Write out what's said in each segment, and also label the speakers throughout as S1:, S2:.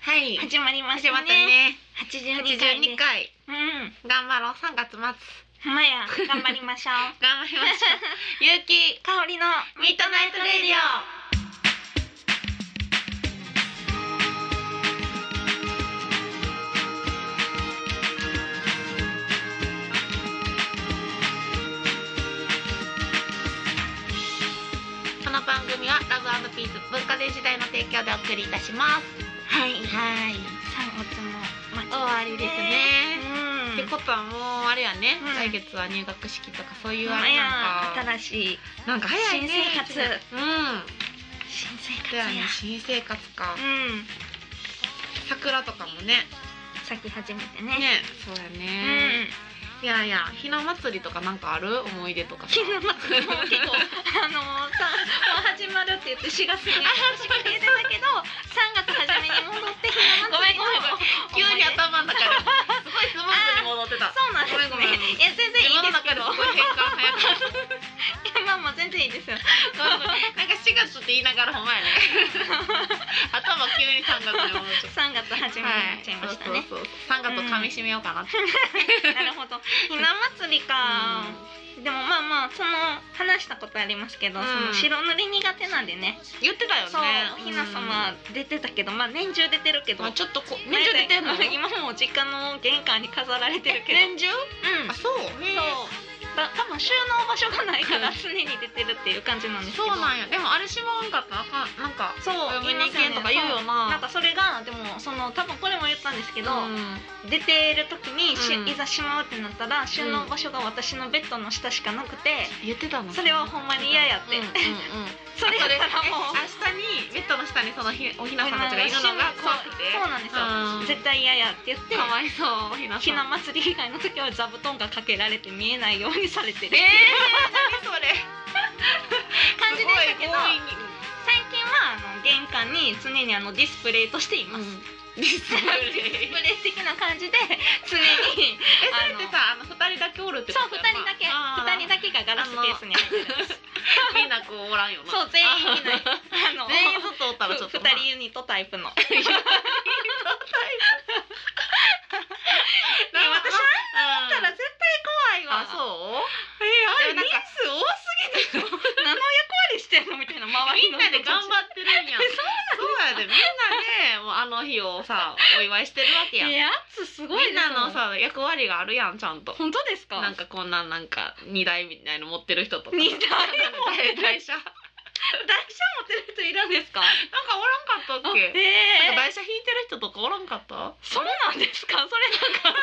S1: はい
S2: 始まりました
S1: 始まった
S2: ね。
S1: ね
S2: 八十
S1: 82
S2: 二回です。
S1: 回
S2: うん。
S1: 頑張ろう3月末頑
S2: ほんまや頑張りましょう。
S1: 張りましょ うゆうき
S2: 香りの
S1: ミッドナイトレディオこの番組はラブピース文化電子代の提供でお送りいたします
S2: はいはい。三月もまあ
S1: 終わりですね
S2: うん。
S1: ってことはもうあれやね、
S2: うん
S1: 来月は入学式とかそういう
S2: ほん
S1: あ
S2: ま
S1: れ
S2: や
S1: なんか
S2: 新しい
S1: なんか早いね
S2: 新生活
S1: うん
S2: 新生活
S1: だよ
S2: や。
S1: ね新生活か、
S2: うん。
S1: 桜とかもね
S2: 咲き始めて
S1: ね
S2: ね。
S1: そうや
S2: う
S1: ね、
S2: ん。
S1: いやいやひな祭りとかなんかある思い出とかさ
S2: ひな祭りも結構 あのさもう始まるって言って4月に私が入れてたけど3月初めに戻 ってひな祭りの
S1: 急に頭の中ですごいスムーズに戻ってた
S2: そうなんですね
S1: ごめんごめん
S2: いや全然いい
S1: 世
S2: です
S1: の
S2: け
S1: 中で
S2: ど
S1: すごい変換早かった
S2: いやまあまあ全然いいです よ
S1: なんか4月って言いながらほんまやね頭急に3月に戻っちゃった
S2: 3月初めになっちゃいましたね、
S1: そうそうそう三月を噛み締めようかなって、
S2: なるほどひな祭りか、でもまあまあその話したことありますけど、
S1: うん
S2: その白塗り苦手なんでね
S1: 言ってたよね
S2: そうひな様出てたけどまあ年中出てるけど
S1: まあ、ちょっとこ年中出てんの
S2: 大体今もう実家の玄関に飾られてるけど
S1: 年中
S2: うん
S1: あそう
S2: そうだ多分収納場所がないから常に出てるっていう感じなんですけ
S1: そ
S2: ど
S1: うなんやでもあれしまわんかったらあかんなんか
S2: そう
S1: 嫁に行けんとか言うよな
S2: なんかそれがでもその多分これも言ったんですけど、
S1: うん
S2: 出てる時にし、
S1: うん
S2: いざしまうってなったら収納場所が私のベッドの下しかなくて、
S1: 言ってたの
S2: それはほんまに嫌やって、
S1: うんうんうん
S2: それやったらもう
S1: あそれえ明日にベッドの下にそのひおひなさんたちがいるのが怖くて
S2: そうそうなんですよ、
S1: うん
S2: 絶対嫌やって言って
S1: かわいそうおひなさん
S2: ひな祭り以外の時は座布団がかけられて見えないようにされてる
S1: えー、何それ
S2: 感じでしたけど
S1: すごい
S2: 最近はあの玄関に常にあのディスプレイとしてい
S1: 強
S2: ます、
S1: 引にディスプレ
S2: デ
S1: イ
S2: ィス プレイ的な感じで常に
S1: えそれってさあの二人だけおるってこ
S2: そう
S1: と
S2: 二
S1: やな
S2: 人だけ
S1: あー
S2: 二人だけがガラスケースに入ってるんです
S1: みんなこうおらんよな
S2: そう全員いない
S1: あ
S2: あの
S1: ー全員外おったらちょっと
S2: ふ
S1: な
S2: 二人ユニットタイプの
S1: な
S2: え私
S1: だ
S2: たら
S1: うん
S2: 絶対怖いわ
S1: あそう
S2: えあれ
S1: でもなんか
S2: 人数多すぎでしょ何の役割してんのみたいな周
S1: み
S2: り
S1: ん
S2: の
S1: なで
S2: 人
S1: 頑
S2: た
S1: 張
S2: ち
S1: ってるんやそうやでみんなでもうあの日を さお祝いしてるわけやん
S2: いやつすごい
S1: みん
S2: です
S1: な
S2: も
S1: のさ役割があるやんちゃんと
S2: 本当ですか
S1: なんかこんなんなんか荷台みたいの持ってる人とか
S2: 二台も
S1: 台 台車なんか
S2: 台車持ってる人いるんですか
S1: おらんかったっ
S2: え
S1: けなん
S2: え
S1: か台車引いてる人とかおらんかった
S2: そうなんですかそれなんか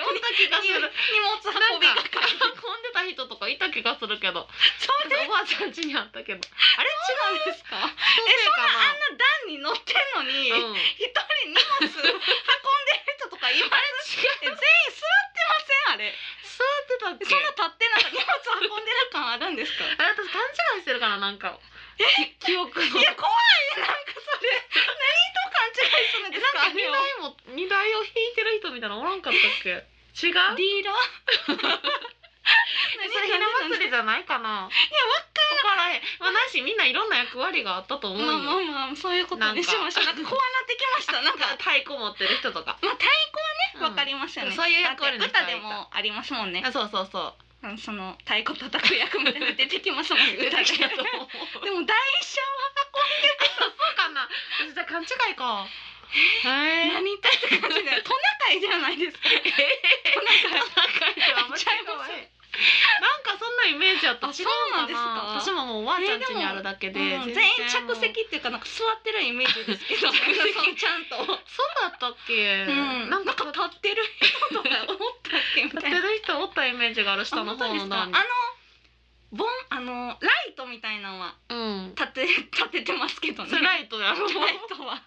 S1: おった気がする
S2: 荷物運び
S1: なん
S2: が
S1: か運んでた人とかいた気がするけど
S2: そう
S1: なんかおばあちゃん家にあったけどあれ違うんですかえ
S2: あんな段に乗ってんのに、
S1: うん
S2: 一人荷物運んでる人とかいますえ全員座ってませんあれ
S1: 座ってたっけ
S2: そんな立ってなんか荷物運んでる感あるんですか
S1: あれ私勘違いしてるからなんかき 記憶の
S2: いや怖いなんかそれ何と勘違いするんですか
S1: なんか荷台も荷台を引いてる人みたいなのおらんかったっけ違う
S2: あれをディーラー
S1: それひな祭りじゃないかない
S2: やわ
S1: わから へんまあなしみんないろんな役割があったと思うよ、
S2: まあまあまあそういうことにしましたなんか怖なってきましたなん
S1: なん
S2: か
S1: か太鼓持ってる人とか
S2: まあ太鼓はねわか
S1: り
S2: りますよね、
S1: うんそういう役割の
S2: だっ
S1: 人
S2: て
S1: は
S2: 歌でもありますもんね
S1: あそうそうそう
S2: うんその太鼓叩く役みたい なの出てきますもんね
S1: 出
S2: 歌
S1: て
S2: で
S1: きたと思う
S2: で
S1: そう
S2: も台車
S1: か な私じゃあ勘違いか
S2: は
S1: へえ
S2: 何言ってる感じでトナカイじゃないですか
S1: え
S2: トナカイ
S1: なんかそんなイメージやった
S2: あそうなんですか
S1: 私ももうおばあちゃん家にあるだけで、
S2: うん全員着席っていうかなんか座ってるイメージですけど
S1: 着席
S2: そうちゃんと、
S1: そうだったっけ、
S2: うん、
S1: な
S2: なんん
S1: か
S2: か
S1: 立
S2: 立ってる人とか思ったっけみ
S1: って
S2: たいな
S1: る人おったイメージがある下の
S2: あ本
S1: 方
S2: 当です
S1: の
S2: かあ
S1: 段
S2: の
S1: に
S2: ボンあのライトみたいなのは
S1: うん
S2: 立て立ててますけどね
S1: それライトや ろ
S2: ライトは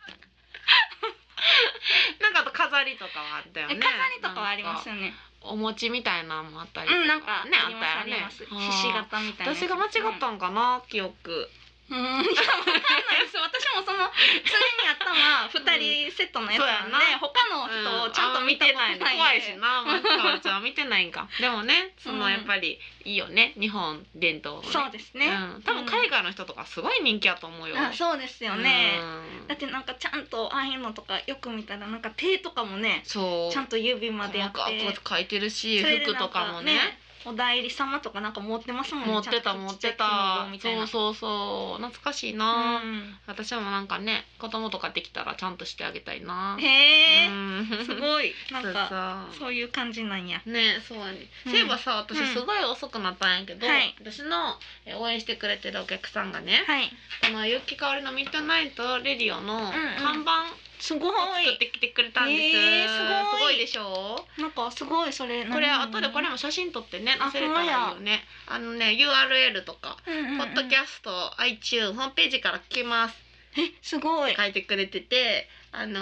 S1: なんかあと飾りとかはあったよ
S2: え
S1: ね
S2: 飾りとかはありますよね
S1: お餅みたいなのもあった
S2: う
S1: り
S2: んなんか
S1: ね
S2: あ
S1: あ
S2: り
S1: っ
S2: ますあ
S1: たよ
S2: り
S1: ね
S2: ますひし形みたいなやつ
S1: 私が間違ったんかな記憶
S2: うーん ちょっとわかんないです私もその常にあったのは2人セットのやつなんで、
S1: そうやな
S2: 他の人をちゃんと見たことないんで、
S1: 怖いしなまあかおちゃんは見てないんか でもねその
S2: うん
S1: やっぱりいいよね日本伝統のね
S2: そうですね、
S1: うん、多分海外の人とかすごい人気やと思うよ、
S2: あそうですよね、
S1: うん
S2: だってなんかちゃんとああいうのとかよく見たらなんか手とかもね
S1: そう
S2: ちゃんと指までや
S1: 細
S2: って
S1: かく書いてるし
S2: それで
S1: 服とかもね
S2: なんお代理様とかなんか持ってますもんね
S1: 持ってた
S2: ちゃん
S1: 持
S2: と
S1: っ
S2: ちちゃ
S1: て
S2: い金
S1: た
S2: 棒みたい
S1: そ
S2: な
S1: うそうそう懐かしいな、私もなんかね子供とかできたらちゃんとしてあげたいな
S2: うん、へえ、
S1: うん
S2: すごいなん
S1: そう
S2: か
S1: そう
S2: そういう感じなんや
S1: ねそうやね、
S2: うん
S1: そういえばさ私
S2: うん
S1: すごい遅くなったんやけど、
S2: はい
S1: 私のえ応援してくれてるお客さんがね、
S2: はい
S1: この結城かおりのミッドナイトレディオの
S2: ん
S1: 看板
S2: すごい
S1: を作ってきてくれたんです、
S2: えーすごい
S1: すごいでしょ
S2: なんかすごいそれ
S1: これ後でこれも写真撮ってね載せれたらいいよねあのね URL とか、
S2: ポ
S1: ポッドキ
S2: ャ
S1: ャスト iTune ホームページから聞けます
S2: えすごい
S1: 書いてくれててあの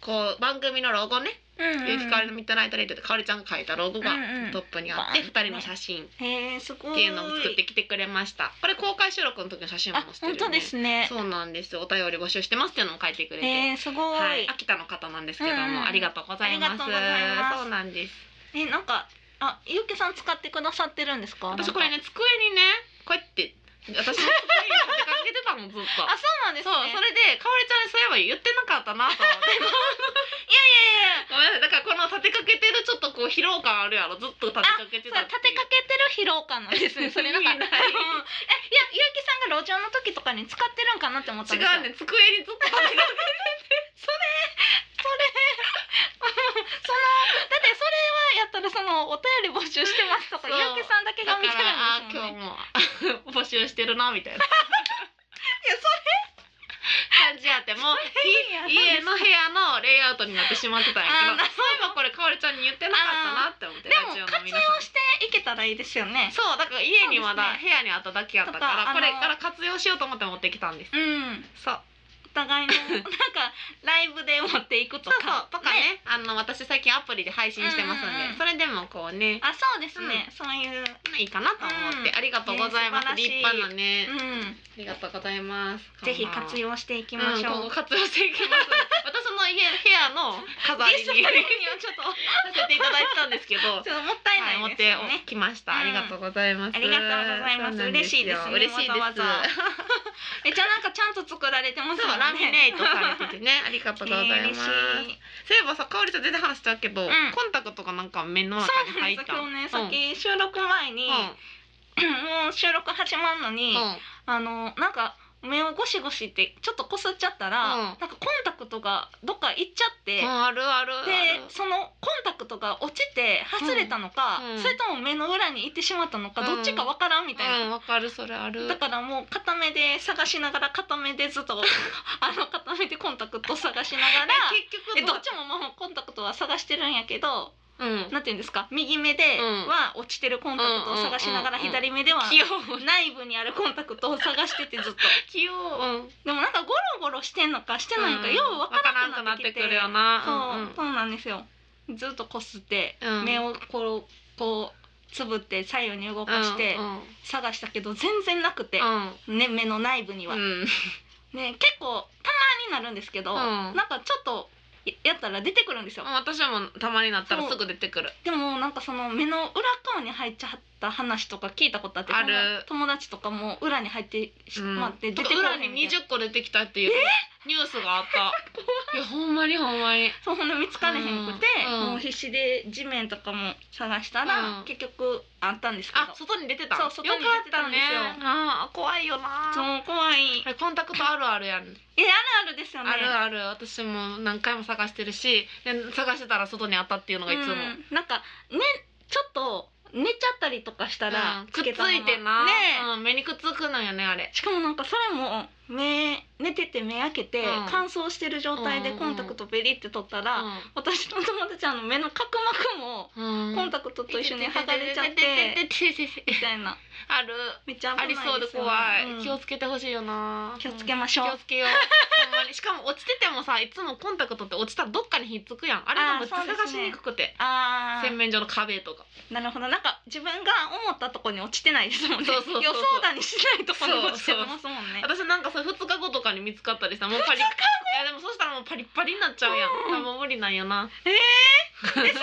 S1: こう番組のロゴね「ゆうきかおりのミッドナイトレイディオ」ってかおりちゃんが書いたロゴが
S2: うんうん
S1: トップにあっ
S2: バー
S1: て、
S2: ン
S1: 二人の写真っ
S2: へえすごい
S1: ていうのを作ってきてくれましたこれ公開収録の時の写真も
S2: あ
S1: 載せてる
S2: 本
S1: よ、ね、
S2: 当ですね
S1: そうなんですお便り募集してますっていうのも書いてくれて、
S2: へえすごい、
S1: はい、秋田の方なんですけども、
S2: うんうん
S1: ありがとうございます
S2: ありがとうございます
S1: そうなんです
S2: えなんかあゆうきさん使ってくださってるんですか
S1: 私これ
S2: なんか
S1: ね机にねこうやって私の机に立てかけてたのずっと
S2: あそうなんです
S1: そ
S2: ね
S1: うそれでかおりちゃんにそういえば言ってなかったなと思って ごめんなさいだからこの立てかけてるちょっとこう疲労感あるやろずっと立てかけて
S2: それ
S1: たっ
S2: 立
S1: て
S2: てかけてる疲労感なんですねそれなんか
S1: 意味ない
S2: あのえいやゆうきさんが路上の時とかに使ってるんかなって思ったん
S1: 違
S2: ですよ
S1: うね机にずっと立てかけ
S2: そのだってそれはやったらそのお便り募集してますとか
S1: そう
S2: ゆうきさんだけ
S1: てた
S2: が見
S1: か
S2: てる
S1: らあ
S2: んです
S1: 今
S2: もんね
S1: 日も募集してるなみ たい
S2: い
S1: な
S2: やそ
S1: 感じやってもう
S2: れいい
S1: 家の部屋のレイアウトになってしまってたんや
S2: あな
S1: け
S2: る
S1: どそういえばこれかおりちゃんに言ってなかったなって思って
S2: でも
S1: ラジオの
S2: 活
S1: 皆
S2: 用
S1: さん
S2: していけたらいいですよね
S1: そうだから家にまだ、
S2: そうです
S1: 部屋にあっただけやったか
S2: とからあの
S1: これから活用しようと思って持ってきたんです
S2: うん
S1: そう
S2: お互いのなんかライブで持っていくと
S1: そうそう
S2: か
S1: とかねあの私最近アプリで配信してますんで、
S2: うんうんうん
S1: それでもこうね
S2: あそうですね、そういう
S1: いいかなと思って、
S2: うん
S1: ありがとうございます、
S2: ね
S1: 立派なね、あ
S2: うん
S1: りがとうございます
S2: ぜひ活
S1: し
S2: 用していきましょう、
S1: 今後活用していきます 私の家部屋の飾り
S2: ディ
S1: に
S2: スプレイにはちょっと
S1: させていただいてたんですけ ど
S2: ちょっともったい
S1: はい、持
S2: ない
S1: っ
S2: です
S1: て
S2: よね、
S1: きました、ありがとうございます
S2: ありがとうございます
S1: そうなんよ
S2: 嬉しいですね
S1: 嬉しいです
S2: わざわざめっちゃなんかちゃんと作られてます
S1: そう
S2: よね
S1: ラミネートされててね ありがとうございま
S2: え
S1: す、
S2: ー嬉しい
S1: そういえばさかおりちゃん全然話したけど、
S2: ん
S1: コンタクトがなんか目の
S2: そ
S1: 中に
S2: うなん
S1: 入っ
S2: です
S1: た
S2: よ今日ね、さっき収録前に、もう収録始まるの
S1: う
S2: に、
S1: んうん
S2: あのなんか目をゴシゴシってちょっとこすっちゃったら、
S1: うん
S2: なんかコンタクトがどっか行っちゃって、
S1: うんあるあるある
S2: でそのコンタクトが落ちて外れたのか、
S1: うんうん
S2: それとも目の裏に行ってしまったのか、
S1: うん
S2: どっちかわからんみたいな、
S1: うんわかるそれある
S2: だからもう片目で探しながら片目でずっとあの片目でコンタクト探しながら
S1: え結局
S2: えどっちももうコンタクトは探してるんやけど
S1: うん
S2: なんていうんですか右目で
S1: うん
S2: は落ちてるコンタクトを探しながら
S1: うんうんうんうん
S2: 左目では
S1: 器用
S2: 内部にあるコンタクトを探しててずっと
S1: 器用うん
S2: でもなんかゴロゴロしてんのかしてないのか、
S1: うん
S2: ようわからな
S1: わ
S2: く
S1: から
S2: なんっ
S1: く
S2: て
S1: な
S2: き
S1: ってく
S2: て
S1: るよな
S2: そう、
S1: う
S2: そう
S1: んうん
S2: なんですよずっとこすって、
S1: うん
S2: 目をこうこうつぶって左右に動かして
S1: うんうん
S2: 探したけど全然なくて、ね、目の内部には、
S1: うん
S2: ね結構たまになるんですけど、
S1: うん
S2: なんかちょっとやったら出てくるんですよ、
S1: 私もたまになったらすぐ出てくる
S2: でもなんかその目の裏側に入っちゃった話とか聞いたことあって
S1: ある
S2: 友達とかも裏に入ってし
S1: うん
S2: まって出て
S1: と
S2: こ
S1: か裏に
S2: みたいな
S1: 20個出てきたっていうニュースがあったいやほんまにほんまに
S2: そうほんで見つかれへんくて、
S1: うんうん
S2: もう必死で地面とかも探したら、
S1: うん
S2: 結局あったんですけど
S1: あ、外に出てた。
S2: そう外に出てたんですよ
S1: よかったねあー怖いよな。
S2: そう怖い
S1: あれコンタクトあるあるやん。
S2: えあるあるですよね
S1: あるある。私も何回も探してるし、で探してたら外にあったっていうのがいつも。
S2: うんなんかねちょっと寝ちゃったりとかしたら、
S1: うんく
S2: つ
S1: っつ
S2: けたまま
S1: いてな、
S2: ね
S1: うん、目にくっつくのよねあれ
S2: しかもなんかそれも目寝てて目開けて、
S1: うん
S2: 乾燥してる状態
S1: う
S2: で
S1: んうん
S2: コンタクトベリって取ったら、私の友達あの目の角膜も
S1: うん
S2: コンタクトと一緒に剥がれちゃって
S1: てててててててて
S2: みたいな
S1: ある
S2: めっちゃ
S1: あ
S2: 危
S1: り
S2: な
S1: そう
S2: い
S1: で
S2: ですよ
S1: 怖
S2: ね
S1: い、
S2: うん
S1: 気をつけてほしいよな
S2: 気をつけましょう
S1: 気をつけよう ほんまにしかも落ちててもさいつもコンタクトって落ちたらどっかにひっつくやんあれがめっちゃ
S2: あーそうで
S1: 探
S2: す
S1: し
S2: ね
S1: にくくて、
S2: あ
S1: 洗面所の壁とか
S2: あなるほどなんか自分が思ったとこに落ちてないですもんね
S1: そうそうそうそう
S2: 予想だにしないとこに落ちてますもんね
S1: 私なんかさ2日後とかに見つかったりさもうパリいやでもそしたらもうパリッパリになっちゃうやん、
S2: うん
S1: もう無理なんよな
S2: ええでその2日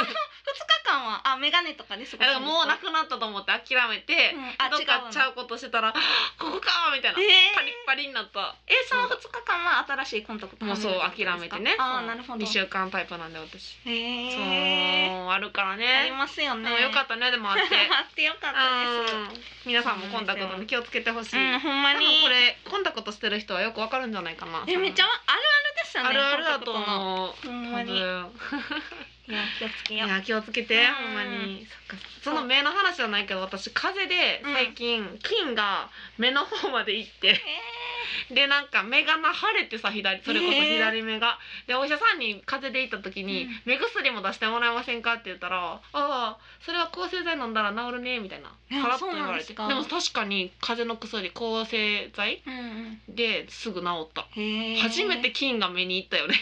S2: 間はあメガネとかで過ご
S1: いやだからもうな
S2: く
S1: くなったと思って諦めて、
S2: あ
S1: どっ
S2: 違う
S1: か
S2: の
S1: ちゃうことしてたらあ「ここか!」みたいな、
S2: ええ
S1: パリッパリになった
S2: えその2日間は新しいコンタクト
S1: もうそう
S2: はめ
S1: 諦
S2: るってことで
S1: め
S2: すか
S1: てね
S2: ああなるほど
S1: 2週間タイプなんで私、
S2: へえ
S1: そうあるから
S2: あり
S1: ね
S2: ますよね
S1: でもよか
S2: っ
S1: ったね でもあって
S2: あってよかったです
S1: うん皆さんもコンタクトに気をつけてほしい、
S2: うんほんま
S1: 多分
S2: に
S1: これコンタクトしてる人はよくわかるんじゃないかな
S2: えめっちゃあるあるですよね
S1: あるあるだと
S2: コンタクトの
S1: 思う
S2: ほん
S1: 多
S2: まにいや
S1: 分
S2: 気をつけ
S1: い
S2: よう
S1: や気をつけて
S2: うん
S1: ほんまにそっかその目の話じゃないけど私風邪で最近、菌が目の方まで行ってでなんか目がな腫れてさ左それこそ左目が、でお医者さんに風邪で行った時に、
S2: うん
S1: 目薬も出してもらえませんか?」って言ったら「ああそれは抗生剤飲んだら治るね」みたいな
S2: え
S1: さらっと言われ
S2: そ
S1: て
S2: う
S1: で
S2: なん
S1: も
S2: ですか
S1: 確かに風邪の薬抗生剤
S2: えーうん
S1: ですぐ治った。
S2: うんへえ
S1: 初めて菌が目に行ったよね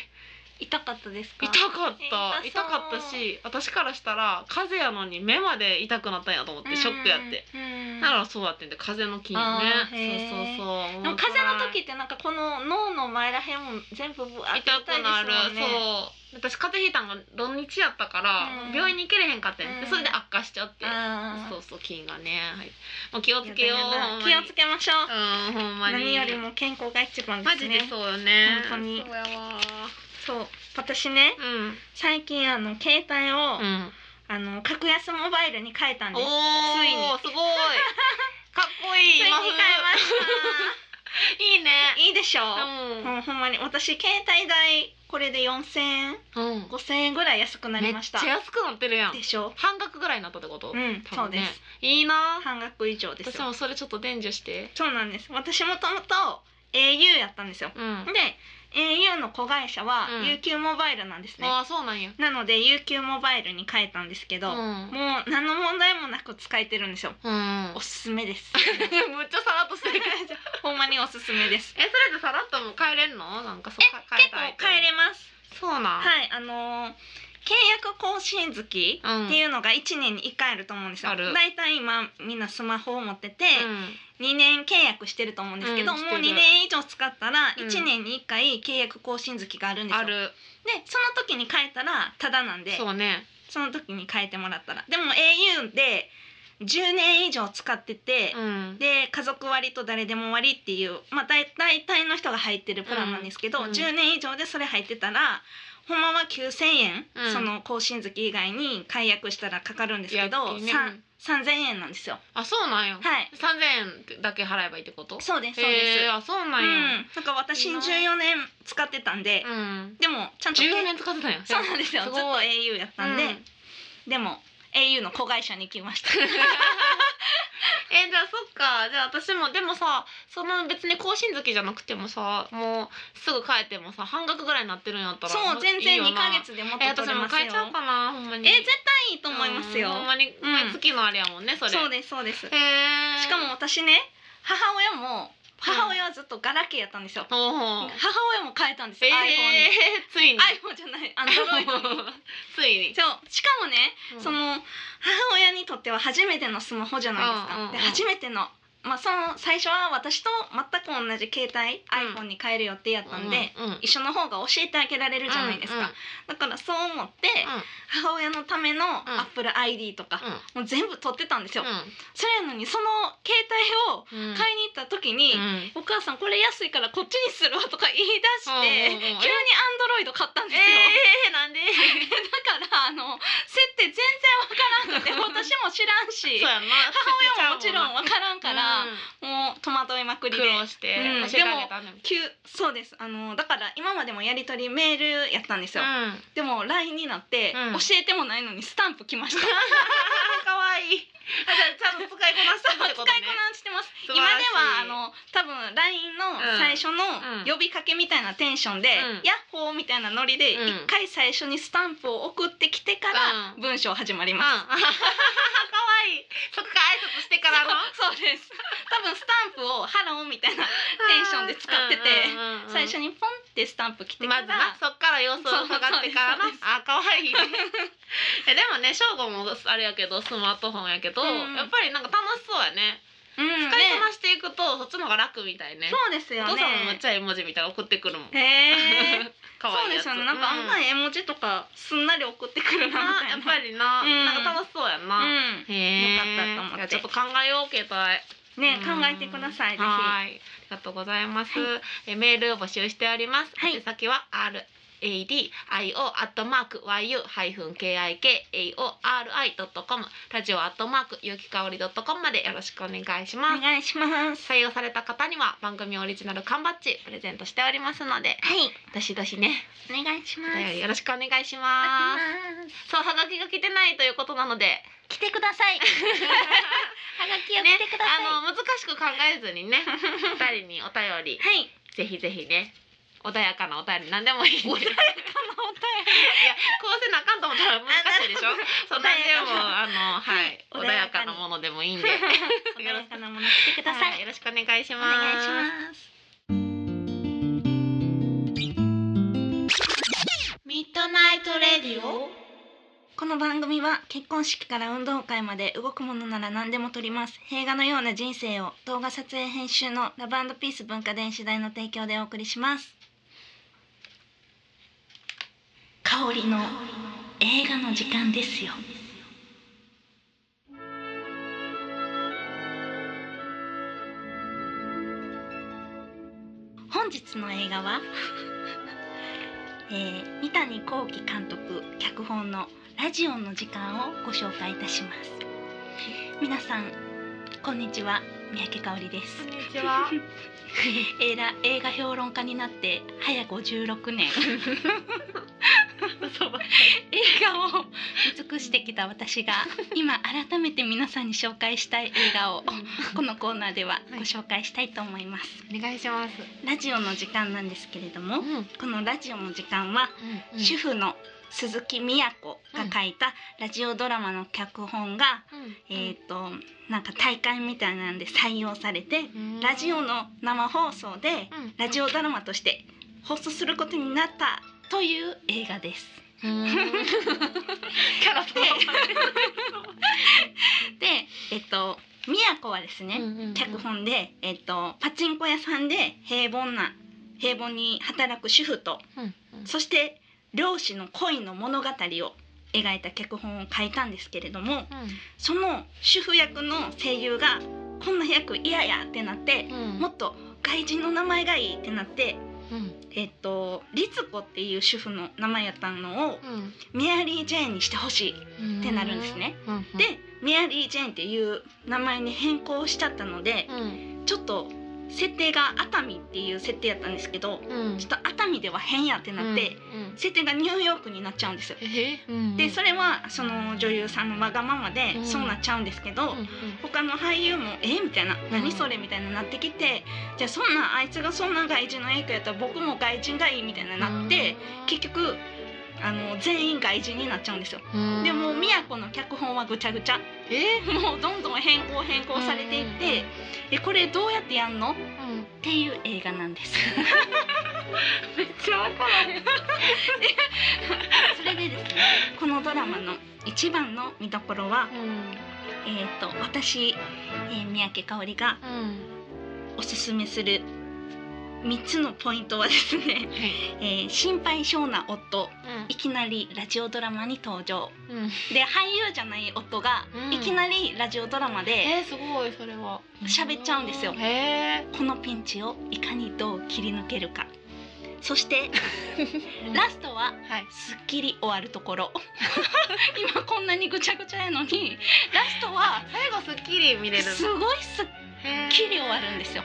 S2: 痛かったですか
S1: 痛かった
S2: え
S1: 痛かったし私からしたら風邪やのに目まで痛くなったんやと思ってショックやって、
S2: うんうん
S1: だからそうやってんで風邪の菌
S2: あ
S1: や
S2: ーへー
S1: ねそうそうそう
S2: でも風邪の時ってなんかこの脳の前らへんも全部ぶわーって
S1: 痛くなる、
S2: 痛いですもんね
S1: そう私風邪ひいたんが土日やったから、
S2: うん
S1: 病院に行けれへんかったんやって
S2: うん
S1: それで悪化しちゃって、
S2: あー
S1: そうそう菌がね、はい、もう気をつけよう
S2: やだやだ
S1: ほんまに
S2: 気をつけましょう
S1: うんほんまに
S2: 何よりも健康が一番で
S1: マ
S2: す
S1: ジ
S2: ね
S1: でそうよね
S2: 本当に
S1: そうやわ
S2: そう私ね
S1: うん
S2: 最近あの携帯を、
S1: うん
S2: あの格安モバイルに変えたんです
S1: お
S2: ついに
S1: お すごいかっこいい
S2: ついに変え
S1: 今
S2: ま
S1: 風いいね
S2: したいいでしょ
S1: う
S2: う、
S1: ん
S2: もうほんまに私携帯代これで4000円
S1: うん
S2: 5000円ぐらい安くな
S1: め
S2: り
S1: っ
S2: まし
S1: ち
S2: た
S1: ゃ安くなってるやん
S2: でしょ
S1: 半額ぐらいになったってこと
S2: うん
S1: 多分ね
S2: そうです
S1: いいな
S2: 半額以上です
S1: 私
S2: よ
S1: もそれちょっと伝授して
S2: そうなんです私もともと au やったんですよ
S1: うん
S2: で au の子会社は
S1: うん
S2: UQ モバイルなんですね、
S1: ああそうなんや
S2: なので UQ モバイルに変えたんですけど、
S1: うん
S2: もう何の問題もなく使えてるんですよ
S1: うんむ
S2: お
S1: っ
S2: すすめ です
S1: ちゃさらっ としてる
S2: ほんまにおすすめです
S1: えそれでさらっともう帰れんのなんかそうか
S2: 結構変えれます
S1: そうなん
S2: はいあのー契約更新月
S1: うん
S2: っていうのが1年に1回あると思うんですよ、
S1: ある
S2: だいたい今みんなスマホを持ってて、
S1: うん
S2: 2年契約してると思うんですけど、
S1: うんして
S2: もう
S1: る
S2: 2年以上使ったら
S1: うん
S2: 1年に1回契約更新月があるんですよ、
S1: ある
S2: でその時に変えたらタダなんで
S1: そうね
S2: その時に変えてもらったらでも au で10年以上使ってて、
S1: うん
S2: で家族割と誰でも割っていう、まあ、大大体の人が入ってるプランなんですけど、
S1: うんうん
S2: 10年以上でそれ入ってたらほんまは9,000円、
S1: うん
S2: その更新月以外に解約したらかかるんですけど、
S1: いや
S2: さん3,000円なんですよ。
S1: あそうなんや
S2: はい
S1: 三千円だけ払えばいいってこと
S2: そうですそうです、
S1: へえあそうなんや
S2: うん、なんか私
S1: いいな
S2: 14年使ってたんで、
S1: うん
S2: でもちゃんと
S1: 14年使ってたんや
S2: そうなんですよ
S1: す
S2: ずっ
S1: ご
S2: と
S1: い
S2: au やったんで、
S1: うん
S2: でも au の子会社に行きま した
S1: えじゃあそっかじゃあ私もでもさその別に更新月じゃなくてもさもうすぐ帰ってもさ半額ぐらいになってるんやったら
S2: そう全然
S1: いい
S2: 2
S1: よな
S2: ヶ月でもっ
S1: え
S2: と取
S1: 私
S2: れ
S1: も
S2: ますよ
S1: 変えちゃおうかなほんま
S2: え
S1: に
S2: 絶対いいと思いますよ
S1: うんほんまに、
S2: うん
S1: 毎月のあれやもんねそれ
S2: そうですそうです、
S1: へえ
S2: しかも私ね母親も母親はずっとガラケーやったんですよ、
S1: ほうほう
S2: 母親も変えたんです
S1: え
S2: よ、
S1: えついに
S2: iPhone に iPhone じゃないアンドロイ ドに
S1: ついに、
S2: そうしかもね
S1: うん
S2: その母親にとっては初めてのスマホじゃないですか。
S1: うんうんうん
S2: で初めてのまあその最初は私と全く同じ携帯、
S1: うん
S2: iPhone に変える予定やったんで、
S1: うんうん
S2: 一緒の方が教えてあげられるじゃないですか。
S1: うんうん
S2: だからそう思って、母親のための Apple ID とか、もう全部取ってたんですよ。それやのにその携帯を
S1: うんうん
S2: 買いに行った時に。
S1: うん
S2: お母さんこれ安いからこっちにするわとか言い出して、
S1: うんうんうん
S2: 急にアンドロイド買ったんですよ。
S1: えー、なんで
S2: だからあの設定全 然わからんくて私も知らん
S1: そう
S2: し
S1: やんな
S2: 母親ももちろんわからんから、
S1: うん
S2: もう戸惑いまくり
S1: 苦
S2: で
S1: 労して
S2: うん
S1: 教えてあげたんだよ
S2: 急そうですあのだから今までもやり取りメールやったんですよ、
S1: うん
S2: でも LINE になって、
S1: うん
S2: 教えてもないのにスタンプ来ました
S1: 可愛いい。あじゃあちゃんと使いこなしたって
S2: 使い
S1: こ
S2: こと
S1: ね。
S2: なしてます
S1: 素
S2: 今
S1: 晴
S2: で
S1: らしい
S2: はあの多分 LINE の
S1: うん
S2: 最初
S1: うん
S2: の呼びかけみたいなテンションで
S1: うん
S2: 「ヤッホー!」みたいなノリで
S1: うん
S2: 一回最初にスタンプを送ってきてから
S1: うん
S2: 文章始まり
S1: うん
S2: ます。
S1: 可愛いそこから挨拶してからの
S2: そうそうです多分スタンプを「ハロー」みたいなテンションで使ってて
S1: うんうんうんうん
S2: 最初にポンってスタンプ来てか
S1: まずな
S2: ら
S1: そっから様子を伺ってからな
S2: そうそうですそうです
S1: あ可愛い えでもね翔吾もあれやけどスマートフォンやけど、
S2: うん
S1: やっぱりなんか楽しそうやね
S2: うん
S1: 使い
S2: ね
S1: こなしていくとそっちの方が楽みたいね
S2: そうです
S1: お
S2: よ
S1: 父さんもめっ
S2: ね
S1: ちゃ絵文字みたいなの送ってくるもん、
S2: へえ
S1: 可
S2: そう
S1: 愛い
S2: で
S1: やつ
S2: すよねなんかあんな
S1: う
S2: 絵文字とかすんなり送ってくるなみたい
S1: な
S2: な
S1: やっぱりな、
S2: うん
S1: なんか楽しそうやな、
S2: うん
S1: へえ
S2: よかったと思って
S1: ちょっと考えよう携帯
S2: ね
S1: うん
S2: 考えてくださいぜ
S1: は
S2: ひ
S1: いありがとうございます、
S2: は
S1: えメールを募集しております、
S2: はい
S1: 宛先は r a d i o アットマーク y u ハイフン k i k a o r i ドットコムラジオアットマークゆきかおりドットコムまでよろしくお願いしま
S2: お願いします
S1: す。採用された方には番組オリジナル缶バッジプレゼントしておりますので、
S2: はい
S1: どしどしね、
S2: お願いしま
S1: お
S2: す
S1: 便りよろしくお願いし
S2: 待
S1: ま
S2: っ
S1: す。
S2: てます
S1: そうはがきが来てないということなので、
S2: 来てください はがきを来てください、
S1: あの難しく考えずにね、二人にお便り
S2: はい
S1: ぜひぜひね穏やかなお便り何でもいいんでいやこうせなあかんと思ったら難しいでし ょそう
S2: 穏
S1: 何で
S2: や
S1: も
S2: かな
S1: あのはい
S2: は
S1: 穏
S2: い
S1: やかなものでもいいんで
S2: 穏やかなもの来てください、
S1: はいよろしくお願いし
S2: お
S1: ます
S2: 願いします
S1: ミッドナイトレディオ
S2: この番組は結婚式から運動会まで動くものなら何でも撮ります映画のような人生を動画撮影編集のラブピース文化電子代の提供でお送りします香りの映画の時間ですよ本日の映画はえー、三谷幸喜監督脚本の「ラジオの時間」をご紹介いたします皆さんこんにちは三宅香織で
S1: こ
S2: す
S1: んにちは
S2: 映画映画評論家になって早56年
S1: そうばっか
S2: 映画を尽くしてきた私が今改めて皆さんに紹介したい映画をこのコーナーではご紹介したいと思います、
S1: りお願いします
S2: ラジオの時間なんですけれども
S1: んうん
S2: このラジオの時間は主婦の鈴木美也子が書いたラジオドラマの脚本が、えっ、となんか大会みたいなんで採用されて、ラジオの生放送でラジ
S1: オ
S2: オドラマとして放送することになったという映画です。
S1: キャラと
S2: でで、えっ、と美也子はですね、脚本で、えっとパチンコ屋さんで平凡な平凡に働く主婦とそして漁師の恋の物語を描いた脚本を書いたんですけれどもその主婦役の声優がこんな役嫌やってなってもっと外人の名前がいいってなってえっと律子っていう主婦の名前やったのをメアリー・ジェーンにしてほしいってなるんですね。でメアリー・ジェーンっていう名前に変更しちゃったのでちょっと設定が熱海っていう設定やったんですけどちょっと熱海では変やってなって、設定がニューヨークになっちゃうんですよ。でそれはその女優さんのわがままで
S1: うん
S2: そうなっちゃうんですけど、他の俳優も「えみたいな「何それ?」みたいになってきてじゃあそんなんあいつがそんな外人の役やったら僕も外人がいいみたいになって、結局あの全員外人になっちゃうんですよ。でもう宮子の脚本はぐちゃぐちゃ
S1: え
S2: もうどんどん変更変更されていって、えこれどうやってやんのっていう映画なんです。
S1: めっちゃわからへん
S2: それでですねこのドラマの一番の見どころは、えー、と私、えー三宅香織がおすすめする3つのポイントはですね、えー心配性な夫いきなりラジオドラマに登場で俳優じゃない夫が
S1: うん
S2: いきなりラジオドラマで
S1: えすごいそれは
S2: 喋っちゃうんですよ
S1: へ
S2: このピンチをいかにどう切り抜けるかそ してラストは
S1: はい
S2: すっきり終わるところ 今こんなにぐちゃぐちゃやのにラストは
S1: 最後すっきり見れる
S2: すごいすっきり終わるんですよ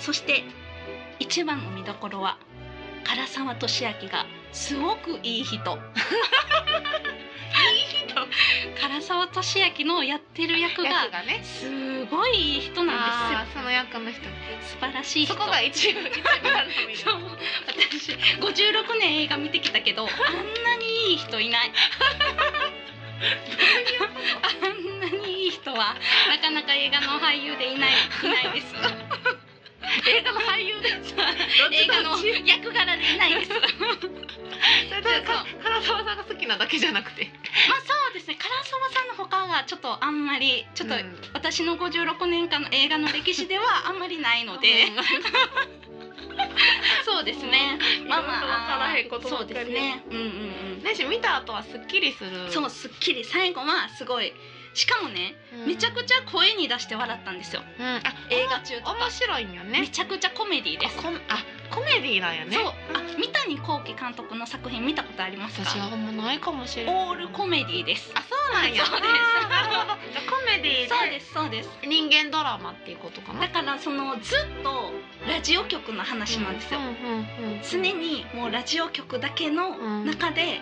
S2: そして一番の見どころは唐沢寿明がすごくいい人いい人 唐沢俊明のやってる役が
S1: 役がね
S2: すごいいい人なん
S1: あーその役の人
S2: ですよ素晴らしい人
S1: そこが一部一部なの み
S2: そう私56年映画見てきたけどあんなにいい人いないあんなにいい人はなかなか映画の俳優でいないいないです映画の俳優です映画の役柄でいないですまあ
S1: 唐沢さんが好きなだけじゃなく
S2: そ
S1: て
S2: うですね唐沢さんの他がちょっとあんまりちょっと、
S1: うん
S2: 私の56年間の映画の歴史ではあんまりないのでそうですね、
S1: まあまあ分からへんことばっ
S2: そ
S1: か
S2: う
S1: り
S2: ですねうんうんうん
S1: ねし見た後はすっきりする
S2: そう、すっきり最後はすごいしかもね、
S1: うん
S2: めちゃくちゃ声に出して笑ったんですよ
S1: うんあ
S2: 映画中とか、
S1: 面白いんよ
S2: め
S1: ね
S2: ちゃくちゃコメディです、
S1: あコメあコメディなんやね
S2: そうあ三谷幸喜監督の作品見たことあります
S1: 私は
S2: か
S1: ほんまないかもしれない
S2: オールコメディです
S1: あそうなんや
S2: そうです
S1: あーなるほどじゃあコメディ
S2: そうで
S1: です
S2: そうです
S1: 人間ドラマっていうことかな
S2: だからそのずっとラジオ局の話なんですよ、
S1: うんうんうん
S2: 常にもうラジオ局だけの中で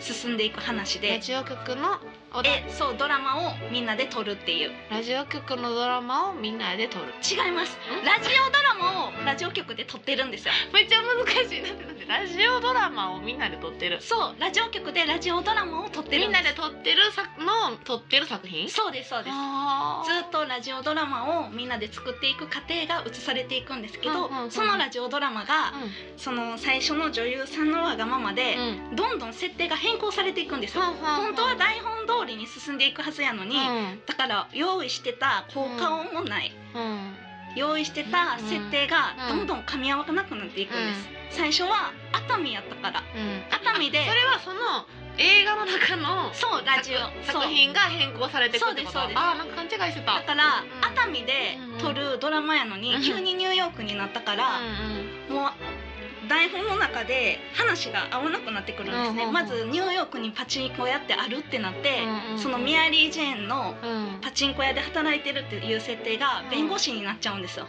S2: 進んでいく話
S1: ラ
S2: で、
S1: ジオ局のおだ
S2: えそうドラマをみんなで撮るっていう
S1: ラジオ局のドラマをみんなで撮る
S2: 違います
S1: ん
S2: ラジオドラマをラジオ局で撮ってるんですよ
S1: めっちゃ難しいだってだってラジオドラマをみんなで撮ってる
S2: そうラジオ局でラジオドラマを撮ってる
S1: みん
S2: です
S1: なで撮ってる作の撮ってる作品
S2: そうですそうです
S1: あ
S2: ずっとラジオドラマをみんなで作っていく過程が映されていくんですけど、
S1: うんうんうん
S2: そのラジオドラマが、
S1: うん
S2: その最初の女優さんのわがままで、
S1: うん
S2: どんどん設定が変更されていくんですよ、本
S1: 本
S2: 当は台本通りに進んでいくはずやのに、だから用意してた効果音もない、
S1: うん
S2: 用意してた設定が
S1: う
S2: ど
S1: ん
S2: んどん噛み合わなくなっていくんです、最初は熱海やったから
S1: うん
S2: 熱海で
S1: それはその映画の中の
S2: そうラジオ
S1: 作
S2: そう
S1: 品が変更されていくってこと
S2: そうですそうです
S1: あーなんか勘違いしてた
S2: だから、
S1: うん
S2: 熱海で撮るドラマやのに、
S1: うん
S2: 急にニューヨークになったから、
S1: う
S2: もう台本の中で話が合わなくなってくるんですね、
S1: うんうんうん
S2: まずニューヨークにパチンコ屋ってあるってなって、
S1: んうん
S2: そのミアリー・ジェーンの
S1: うんうん
S2: パチンコ屋で働いてるっていう設定が弁護士になっちゃうんですよ、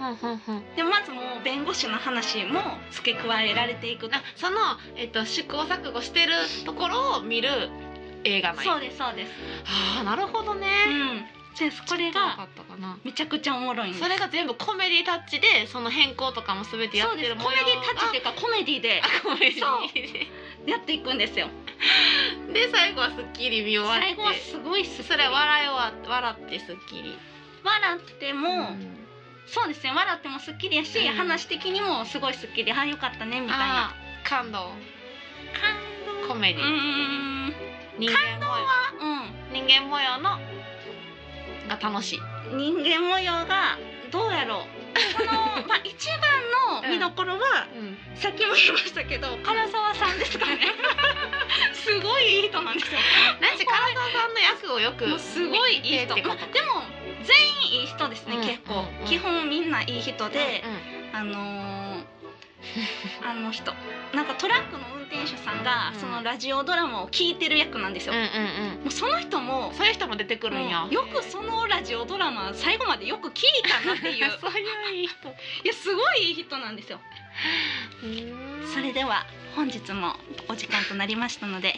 S2: でまずもう弁護士の話も付け加えられていくと
S1: あその、えっと、試行錯誤してるところを見る映画なんや
S2: そうですそうです
S1: あーなるほどね、
S2: うんでこれ
S1: ちょっとわか
S2: が
S1: ったかな
S2: めちゃくちゃおもろいんです
S1: それが全部コメディタッチでその変更とかも全てや
S2: そ
S1: っ
S2: う
S1: て
S2: です
S1: る
S2: コメディタッチっていうかコメディで
S1: チコメディ
S2: そう
S1: で
S2: やっていくんですよ
S1: で最後はすっきり見終わっ
S2: 最
S1: て
S2: 後はすごいすっきり
S1: それは笑いは笑ってすっきり
S2: 笑っても、
S1: ん
S2: そうですね笑ってもすっきりやし、
S1: うん
S2: 話的にもすごいすっきりああよかったねみたい
S1: あ
S2: な
S1: ー感動
S2: 感
S1: コメ
S2: う
S1: デ
S2: ー
S1: ィ、
S2: ん
S1: 人間模様
S2: あ
S1: 人間模様のが楽しい
S2: うん人間模様がどうやろうそのまあ一番の見どころは、
S1: うん
S2: さっきも言いましたけど唐沢さんですか ねすごいいい人なんですよ
S1: なんせ唐沢さんの役をよく
S2: もうすごいいい
S1: 見て
S2: 人、
S1: って
S2: ま
S1: こ
S2: あ
S1: と
S2: でも全員いい人ですね、
S1: うん
S2: 結構、
S1: うんうん
S2: 基本みんないい人で、
S1: うん
S2: あの ーあの人なんかトラックの運転手さんが、
S1: うん
S2: そのラジオドラマを聞いてる役なんですよ、
S1: うん
S2: も
S1: うんうん
S2: うその人も
S1: そういう人も出てくるんや
S2: もう。よくそのラジオドラマ最後までよく聞いたなっていういや
S1: そういういい人。
S2: すごいいい人なんですよそれ
S1: で。
S2: では本日もお時間となりましたので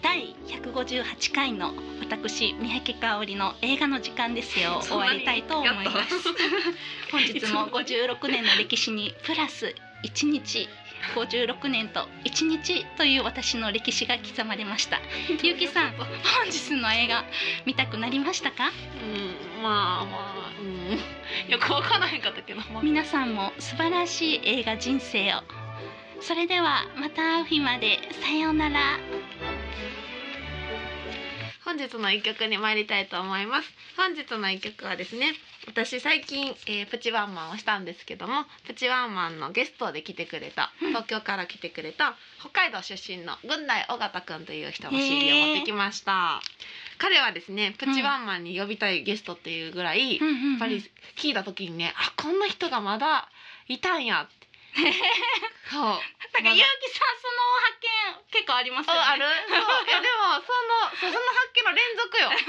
S2: 第158回の私三宅香織の映画の時間ですよ終
S1: そんな
S2: わ
S1: に
S2: りたいと思います
S1: やっ
S2: 本日も56年の歴史にプラス1日56年と1日という私の歴史が刻まれま したゆうきさん本日の映画見たくなりましたか
S1: うん、まあまあ、うん、よくわからへんかったけど、まあ、
S2: 皆さんも素晴らしい映画人生をそれではまた会う日までさようなら
S1: 本日の一曲に参りたいと思います。本日の一曲はですね、私最近、えープチワンマンをしたんですけども、プチワンマンのゲストで来てくれた、
S2: うん
S1: 東京から来てくれた北海道出身の軍内尾形くんという人の CD を持ってきました。彼はですね、プチワンマンに呼びたいゲストっていうぐらい、
S2: や
S1: やっぱり聞いた時にねあこんな人がまだいたんやそう
S2: だから結城さんその発見結構ありますよね。
S1: ああるそういやでもそのそうその発見の連続よ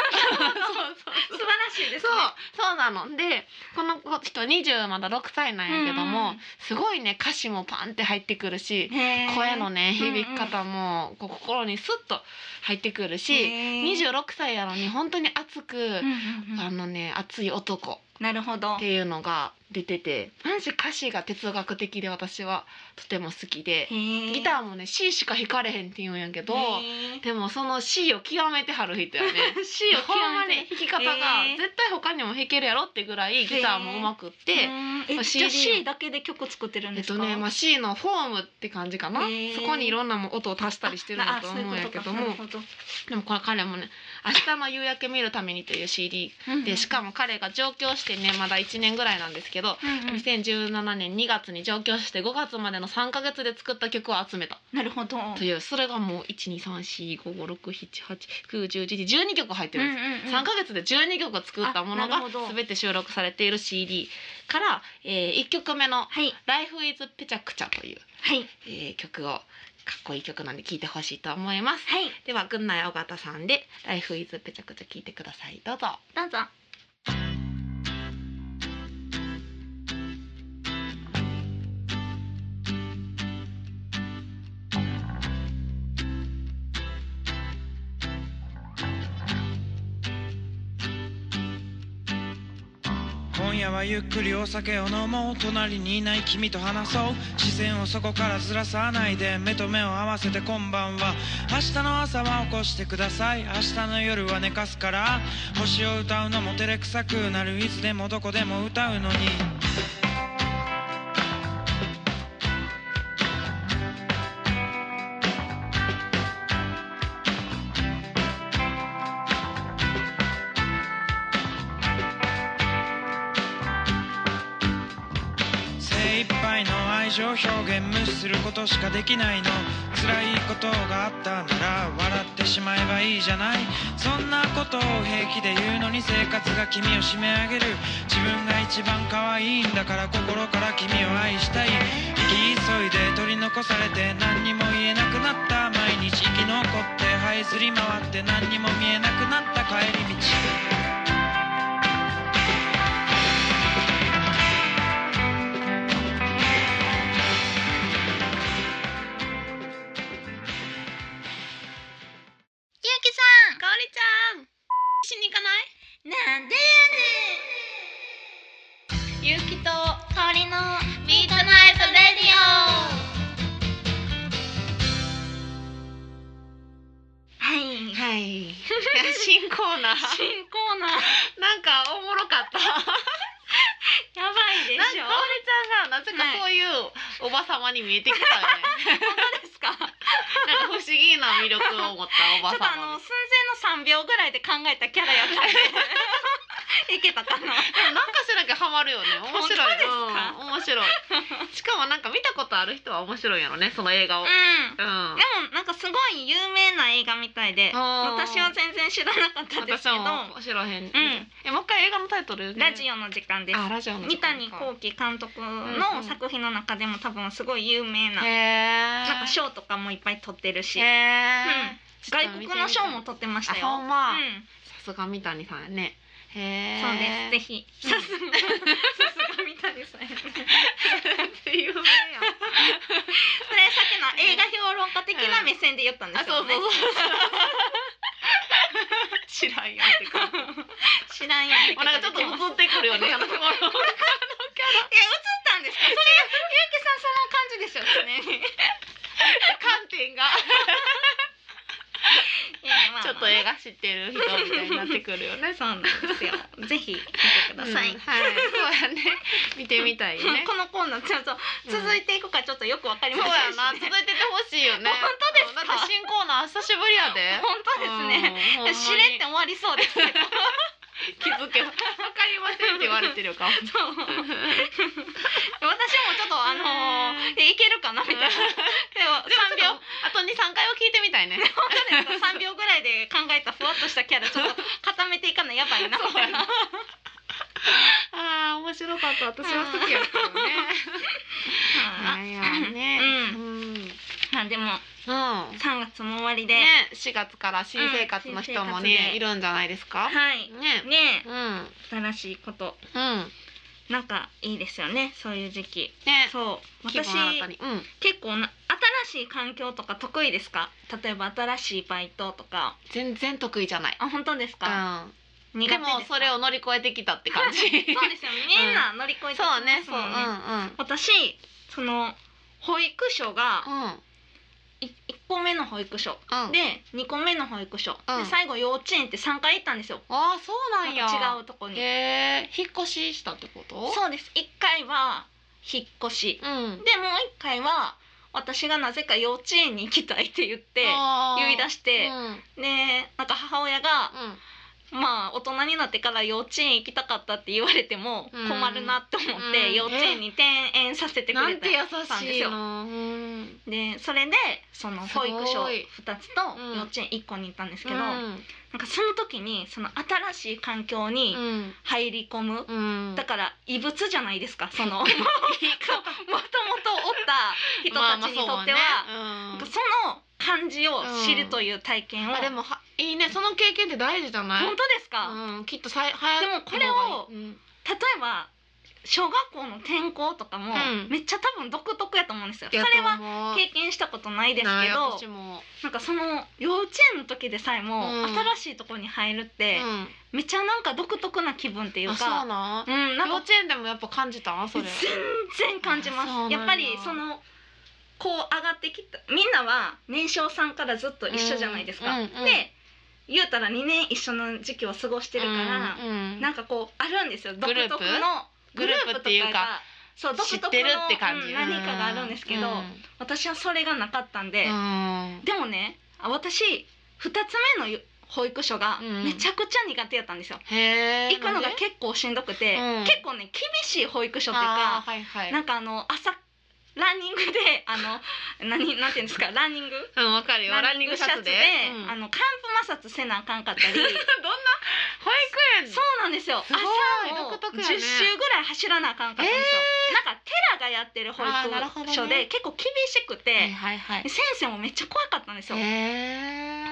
S2: そうそう素晴らしいです
S1: そう
S2: ね。
S1: そうなのでこの人20まだ6歳なんやけども、
S2: うん
S1: すごいね歌詞もパンって入ってくるし
S2: へー
S1: 声のね響き方もこう心にスッと入ってくるし、
S2: へー
S1: 26歳やのに本当に熱く
S2: うんうんう
S1: あ
S2: ん
S1: のね熱い男
S2: なるほど
S1: っ。ていうのが出ててマジ歌詞が哲学的で私はとても好きでギ
S2: ギ
S1: ターもね C しか弾かれへんって言うんやけどでもその C を極めてはる人やね
S2: C を
S1: ほんまに弾き方が
S2: へー
S1: 絶対他にも弾けるやろってぐらいギターも上手くって、
S2: えじゃ
S1: CD
S2: あ C だけで曲作ってるん
S1: え
S2: で
S1: っ
S2: す
S1: と
S2: か。
S1: ね、まあ、C のフォームって感じかな、
S2: へー
S1: そこにいろんなも音を足したりしてるんだと思うんやけどもでもこれ彼もね「明日の夕焼け見るために」という CD でしかも彼が上京してねまだ1年ぐらいなんですけ
S2: も、うんうん
S1: ど2017年2月に上京して5月までの3ヶ月で作った曲を集めた
S2: なるほど。
S1: というそれがもう123456789101112曲入ってるんです、3ヶ月で12曲作ったもの
S2: あな
S1: が
S2: るほど
S1: 全て収録されている CD から、え1曲目の
S2: はい
S1: 「Life is ペチャクチャ」という、
S2: はい
S1: えー曲をかっこいい曲なんで聴いてほしいと思います
S2: はい
S1: では群内尾形さんで「Life is ペチャクチャ」聴いてくださいどうぞ
S2: どうぞ。
S3: 今夜はゆっくりお酒を飲もう隣にいない君と話そう視線をそこからずらさないで目と目を合わせてこんばんは明日の朝は起こしてください明日の夜は寝かすから星を歌うのも照れくさくなるいつでもどこでも歌うのに精一杯の愛情表現無視することしかできないの辛いことがあったなら笑ってしまえばいいじゃないそんなことを平気で言うのに生活が君を締め上げる自分が一番可愛いんだから心から君を愛したい生き急いで取り残されて何にも言えなくなった毎日生き残って這いずり回って何にも見えなくなった帰り道
S2: ゆうきさん、かおりちゃん、
S1: しに行かない
S2: なんで
S1: ゆうきと
S2: やねん。香りの
S1: ミートナイトレディ
S2: はい。
S1: オはいいや新コーナ ー
S2: 新コーナー
S1: なんかおもろかった。なんか
S2: やばいで
S1: おり
S2: し
S1: ち
S2: ょ。
S1: ゃんがなぜかそういうおばさまに見えてきたよね。
S2: 当ですか。
S1: なんか不思議な魅力を持ったおば
S2: ちょっとあ
S1: さま
S2: の
S1: み
S2: 寸
S1: たいな。
S2: 前の三秒ぐらいで考えたキャラやったんで いけたかな。
S1: でもなんかしらけハマるよね。面白い。うん、面白い。しかもなんか見たことある人は面白いやろね。その映画を。うん。
S2: うん。
S1: あ
S2: でもなんかすごい有名な映画みたいで
S1: あー
S2: 私は全然知らなかったです
S1: 私
S2: けど
S1: は面白いへん。
S2: ん
S1: え、もう一回映画のタイトル、
S2: ラジ
S1: オ。
S2: オの時間です
S1: あ、ラジオの時
S2: 三
S1: 間
S2: 谷
S1: か。
S2: 幸喜監督
S1: うん
S2: の作品の中でも多分すごい有名な、
S1: へえ。
S2: なんか賞とかもいっぱい取ってるし、
S1: へえ
S2: うん。外国の賞も
S1: と。
S2: 取ってましたよ
S1: あほんま
S2: うん、
S1: さすが三谷さんやね。へえ。
S2: そうですぜひさす がさすが三谷さんやね
S1: っていうねやん。
S2: それさっきの映画評論家的な目線で言ったんで
S1: あ、
S2: す
S1: そう
S2: よ
S1: そう
S2: ね、
S1: そう。知らんやんって感じ。
S2: 知らんやん
S1: もうなんかちょっと
S2: いや映っ
S1: 映ってくる よね。あの頃
S2: たんですかそれゆうきさんその感じでしょ常に
S1: 観点が
S2: いやまあまあ
S1: ちょっと映画知ってる人みたいになってくるよね。
S2: そうなんですよ。ぜひ見てください。
S1: うんはい。そうやね。見てみたい ね。
S2: このコーナーちょっと続いていくかちょっとよくわかり
S1: そう
S2: ません
S1: や
S2: し
S1: な。続い
S2: ね、
S1: ててほしいよ ね。
S2: 本当ですか
S1: だって新コーナー久しぶりやで。
S2: 本当ですね。
S1: うん。ほんまに
S2: しれって終わりそうですけ ど。
S1: 気づけばわかりませんって言われてるよかも。
S2: そう私もちょっとあのーえいけるかな みたいな。でも
S1: でも
S2: 三
S1: ちょ
S2: 秒
S1: っとあと二三回は聞いてみたいね。
S2: 三秒ぐらいで考えた ふわっとしたキャラちょっと固めていかないやばいなみたいな。
S1: ああ面面白かった私は好きや けどねいやいやね
S2: う
S1: うんうん
S2: まあでも3月も終わりで、
S1: ね4月から新生活の人も
S2: うん新生活
S1: ね
S2: で
S1: いるんじゃないですか
S2: はい
S1: ね
S2: ね
S1: うん
S2: 新しいこと
S1: うん
S2: なんかいいですよねそういう時期
S1: ね
S2: そう
S1: 気
S2: 私
S1: 分新たにうん
S2: 結構な新しい環境とか得意ですか例えば新しいバイトとか
S1: 全然得意じゃない
S2: あ本当ですか、
S1: うん
S2: 苦手
S1: で
S2: ですか
S1: もそれを乗り越えてきたって感じそう
S2: そうですよねみんな乗り越えてきますもん
S1: ね そううんうん
S2: 私その保育所が
S1: うん
S2: 1個目の保育所
S1: うん
S2: で2個目の保育所、
S1: うん
S2: で最後幼稚園って3回行ったんですよ、
S1: ああそうなんや
S2: なんか違うとこに、
S1: へえ引っ越ししたってこと
S2: そうです1回は引っ越し
S1: う、うん
S2: で、もう1回は私がなぜか幼稚園に行きたいって言って言い出
S1: し
S2: して
S1: う、んうん、
S2: ねなんか母親がまあ大人になってから幼稚園行きたかったって言われても
S1: うん
S2: 困るなって思っ
S1: うん
S2: て幼稚園に転園させてくれた
S1: なんて優
S2: たんで
S1: し
S2: す
S1: い
S2: よ
S1: の、うん、
S2: でそれでその保育
S1: す
S2: 所
S1: ご
S2: 2
S1: い
S2: つと
S1: うん
S2: 幼稚園1個に行ったんですけど、
S1: う
S2: なん
S1: ん
S2: かその時にその新しい環境に
S1: うん
S2: 入り込む、
S1: うん、
S2: だから異物じゃないですかそ のもともとおった人
S1: まあ
S2: たちにとっては、
S1: ま
S2: なん
S1: あそう
S2: か
S1: ね
S2: その感じを知るという体
S1: う
S2: 験
S1: ん
S2: を、
S1: あでもはいいねその経験って大事じゃない
S2: 本当ですか、
S1: うん、きっとさいはや
S2: でもこれを
S1: うん
S2: 例えば小学校の転校とかも
S1: うん
S2: めっちゃ多分独特やと思うんですよ、
S1: いや
S2: それは
S1: と思う
S2: 経験したことないですけ
S1: ない
S2: ど
S1: 私も、
S2: なんかその幼稚園の時でさえも、
S1: うん
S2: 新しいところに入るって、
S1: うん
S2: めっちゃなんか独特な気分っていう
S1: あそう
S2: か
S1: なん
S2: うんなん
S1: 幼
S2: か
S1: 稚園でもやっぱ感じたんそ
S2: 全
S1: れ
S2: 然感じま
S1: あそうなん
S2: す
S1: や
S2: やっぱりそのこう上がってきたみんなは年少さんからずっと一緒じゃないですか。
S1: うんうんうん
S2: で言うたら2年一緒の時期を過ごしてるから、
S1: うんうん
S2: なんかこうあるんですよ独
S1: グルー
S2: 特
S1: プ
S2: の
S1: グループっていうか
S2: グループとかがそう独
S1: 知
S2: 特
S1: っ
S2: の
S1: てるって感じ、
S2: うん何かがあるんですけど、
S1: うん
S2: 私はそれがなかったんで、
S1: うん
S2: でもねあ私2つ目の保育所が
S1: うん
S2: めちゃくちゃ苦手やったんですよ、
S1: へえ
S2: 行くのが結構しんどくて、
S1: うん
S2: 結構ね厳しい保育所っていう
S1: あ
S2: か、
S1: ーはいはい
S2: なんかあの朝ランニングで あの何なんていうんですかランニング
S1: うんわかるよランニングシャツでうん
S2: あの寒風摩擦せなあかんか ったり
S1: どんな保育園
S2: そうなんですよ。
S1: すごい
S2: 朝も
S1: 独特
S2: 10
S1: やね
S2: 周ぐらい走らなあかんかったんですよ。なんか寺がやってる保
S1: あーなるほ
S2: 育
S1: ど
S2: 所で
S1: ね
S2: 結構厳しくて、
S1: はいはいはい
S2: 先生もめっちゃ怖かったんですよ。で
S1: へ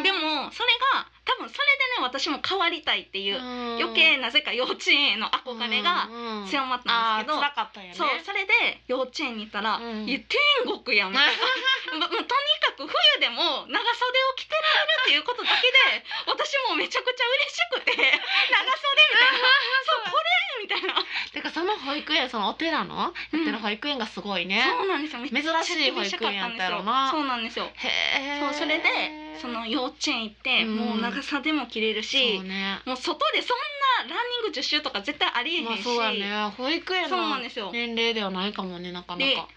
S1: え
S2: もそれが多分それでね私も変わりたいっていう、
S1: うん
S2: 余計なぜか幼稚園への憧れが
S1: うんうん
S2: 強まったん
S1: あ
S2: ですけ
S1: ー
S2: ど、
S1: 辛かったよね
S2: そうそれで幼稚園に行ったら、
S1: うん
S2: いや天国 やんみたいなもうとにかく冬でも長袖を着てられるっていうことだけ で私もうめちゃくちゃ嬉しくて長袖みたいなそうこれみたいな
S1: てかその保育園そのお寺のやってる保育園がすごいね
S2: そうなんですよめっちゃ
S1: 珍しい保育園やったよな
S2: そうなんですよ
S1: へえ
S2: そうそれでその幼稚園行って、
S1: うん
S2: もう長袖も着れるし
S1: そうね
S2: もう外でそんなランニング10周とか絶対ありえへんし、
S1: まあそうやね保育園
S2: そうな
S1: の
S2: んですよ
S1: 年齢ではないかもねなかな
S2: で
S1: か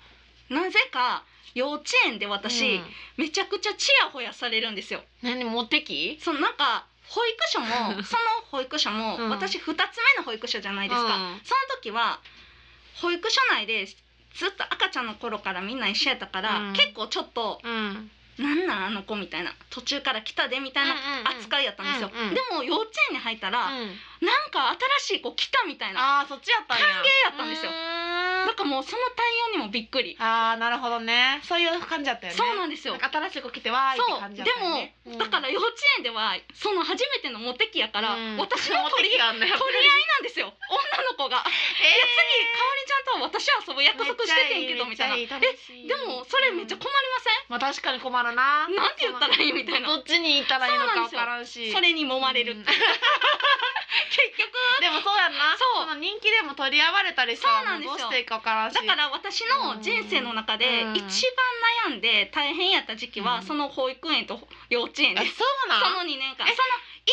S2: なぜか幼稚園で私、
S1: うん
S2: めちゃくちゃチヤホヤされるんですよ
S1: 何持ってき
S2: そのなんか保育所も その保育所も、
S1: うん
S2: 私2つ目の保育所じゃないですか、
S1: うん
S2: その時は保育所内でずっと赤ちゃんの頃からみんな一緒やったから、
S1: うん
S2: 結構ちょっと
S1: うん
S2: 「なんなんあの子」みたいな途中から来たでみたいな扱いやったんですよ、
S1: うんうんうん
S2: でも幼稚園に入ったら、
S1: うん
S2: なんか新しい子来たみたいな
S1: あーそっちやったんや
S2: 歓迎やったんですよ
S1: う
S2: な
S1: ー
S2: ん
S1: ん
S2: かもうその対応にもびっくり、
S1: あーなるほどねそういう感じだったよね
S2: そうなんですよ
S1: なんか新しい子来てわーいって
S2: そう
S1: 感じ
S2: で
S1: だったよね
S2: も、だから幼稚園ではその初めてのモテ期やから、私の取り合い
S1: やんね
S2: 取り合いなんですよ女の子がいや次かおりちゃんと私は遊ぶ約束しててんけどみたいな
S1: え
S2: えでもそれめっちゃ困りませ
S1: まあ確かに困るなん
S2: なんて言ったらいいみたいな
S1: どっちに行ったらいいのかわからんし
S2: それに揉まれる
S1: うん
S2: 結局
S1: でもそうやんな
S2: そう
S1: の人気でも取り合われたりした
S2: そうな
S1: ら
S2: ん
S1: もう
S2: ですよ
S1: どうしていいかわからんし
S2: だから私の人生の中で
S1: うん
S2: 一番悩んで大変やった時期
S1: う
S2: は
S1: ん
S2: その保育園と幼稚園
S1: あ
S2: です
S1: そう
S2: そ
S1: な
S2: の
S1: ん
S2: 2年間その
S1: え
S2: 1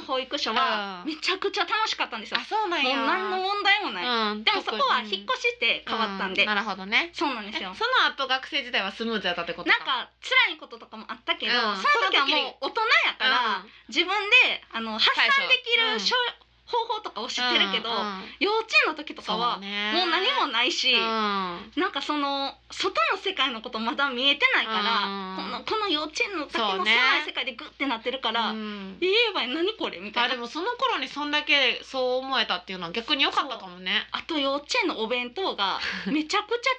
S2: 個目の保育所は
S1: うん
S2: めちゃくちゃ楽しかったんですよ
S1: あそうなん
S2: もう
S1: や
S2: 何の問題もない
S1: うん
S2: でもそこは引っ
S1: し
S2: 越して変わったんで
S1: なるほどね
S2: そうなんで
S1: えそ
S2: すよ
S1: の後学生時代はスムーズやったってこと
S2: なんか辛いこととかもあったけど、
S1: うん
S2: その時はもう大人やから、
S1: うん
S2: 自分であの発散できるしょ、方法とかを知ってるけど、
S1: うんうん
S2: 幼稚園の時とかはも
S1: そうね
S2: う何もないし、
S1: うん
S2: なんかその外の世界のことまだ見えてないから、
S1: うん
S2: このこの幼稚園の先
S1: そ
S2: の
S1: うね
S2: 狭い世界でグッてなってるから、
S1: うん
S2: 言えばいい何これみた
S1: あ
S2: いな
S1: でもその頃にそんだけそう思えたっていうのは逆に良かったかもね
S2: あと幼稚園のお弁当がめちゃくちゃ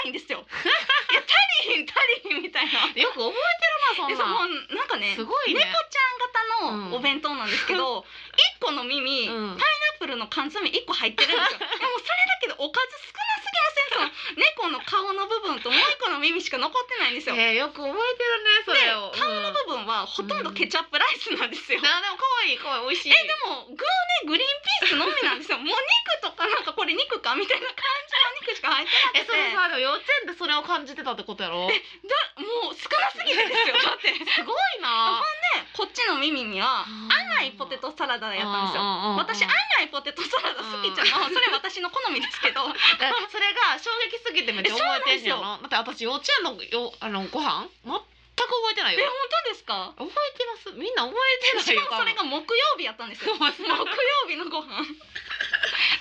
S2: 小さいんです よ。いや足りひん足りひんみたいな。
S1: よく覚えて
S2: え
S1: る
S2: そ
S1: な
S2: う
S1: そん
S2: も
S1: なん
S2: うなんかね
S1: すごいね
S2: 猫ちゃん型のお弁当なんですけど、一個の耳、パイナ
S1: うん
S2: ップルの缶詰一個入ってるん ですよ。でもそれだけでおかず少なすぎません。その猫の顔の部分ともう一個の耳しか残ってないんですよ。で
S1: えーよく覚えてるねそれを
S2: 顔
S1: うん
S2: の部分はほとんどケチャップライスなんですよ。
S1: なでも可愛い可愛い美味しい
S2: えでも具ねグリーンピースのみなんですよ。もう肉とかなんかこれ肉かみたいな感じの肉しか入ってな
S1: え
S2: くて。
S1: それさでも幼稚園でそれを感じてたってことやろ
S2: だもう少なすぎるんですよ だって
S1: すごいな
S2: こっちの耳には
S1: 甘
S2: 甘いポテトサラダやったんですよ
S1: よ
S2: 私甘いポテトサラダ好きじゃの それ私の好みですけど
S1: それが衝撃すぎてめっちゃ覚えてんねやろだって私幼稚園のよあのご飯全く覚えてない
S2: え
S1: よ
S2: 本当ですか
S1: 覚えてますみんな覚えて
S2: し
S1: ないよ
S2: かもそれが木曜日やったんですよ
S1: 多分
S2: 木曜日のご飯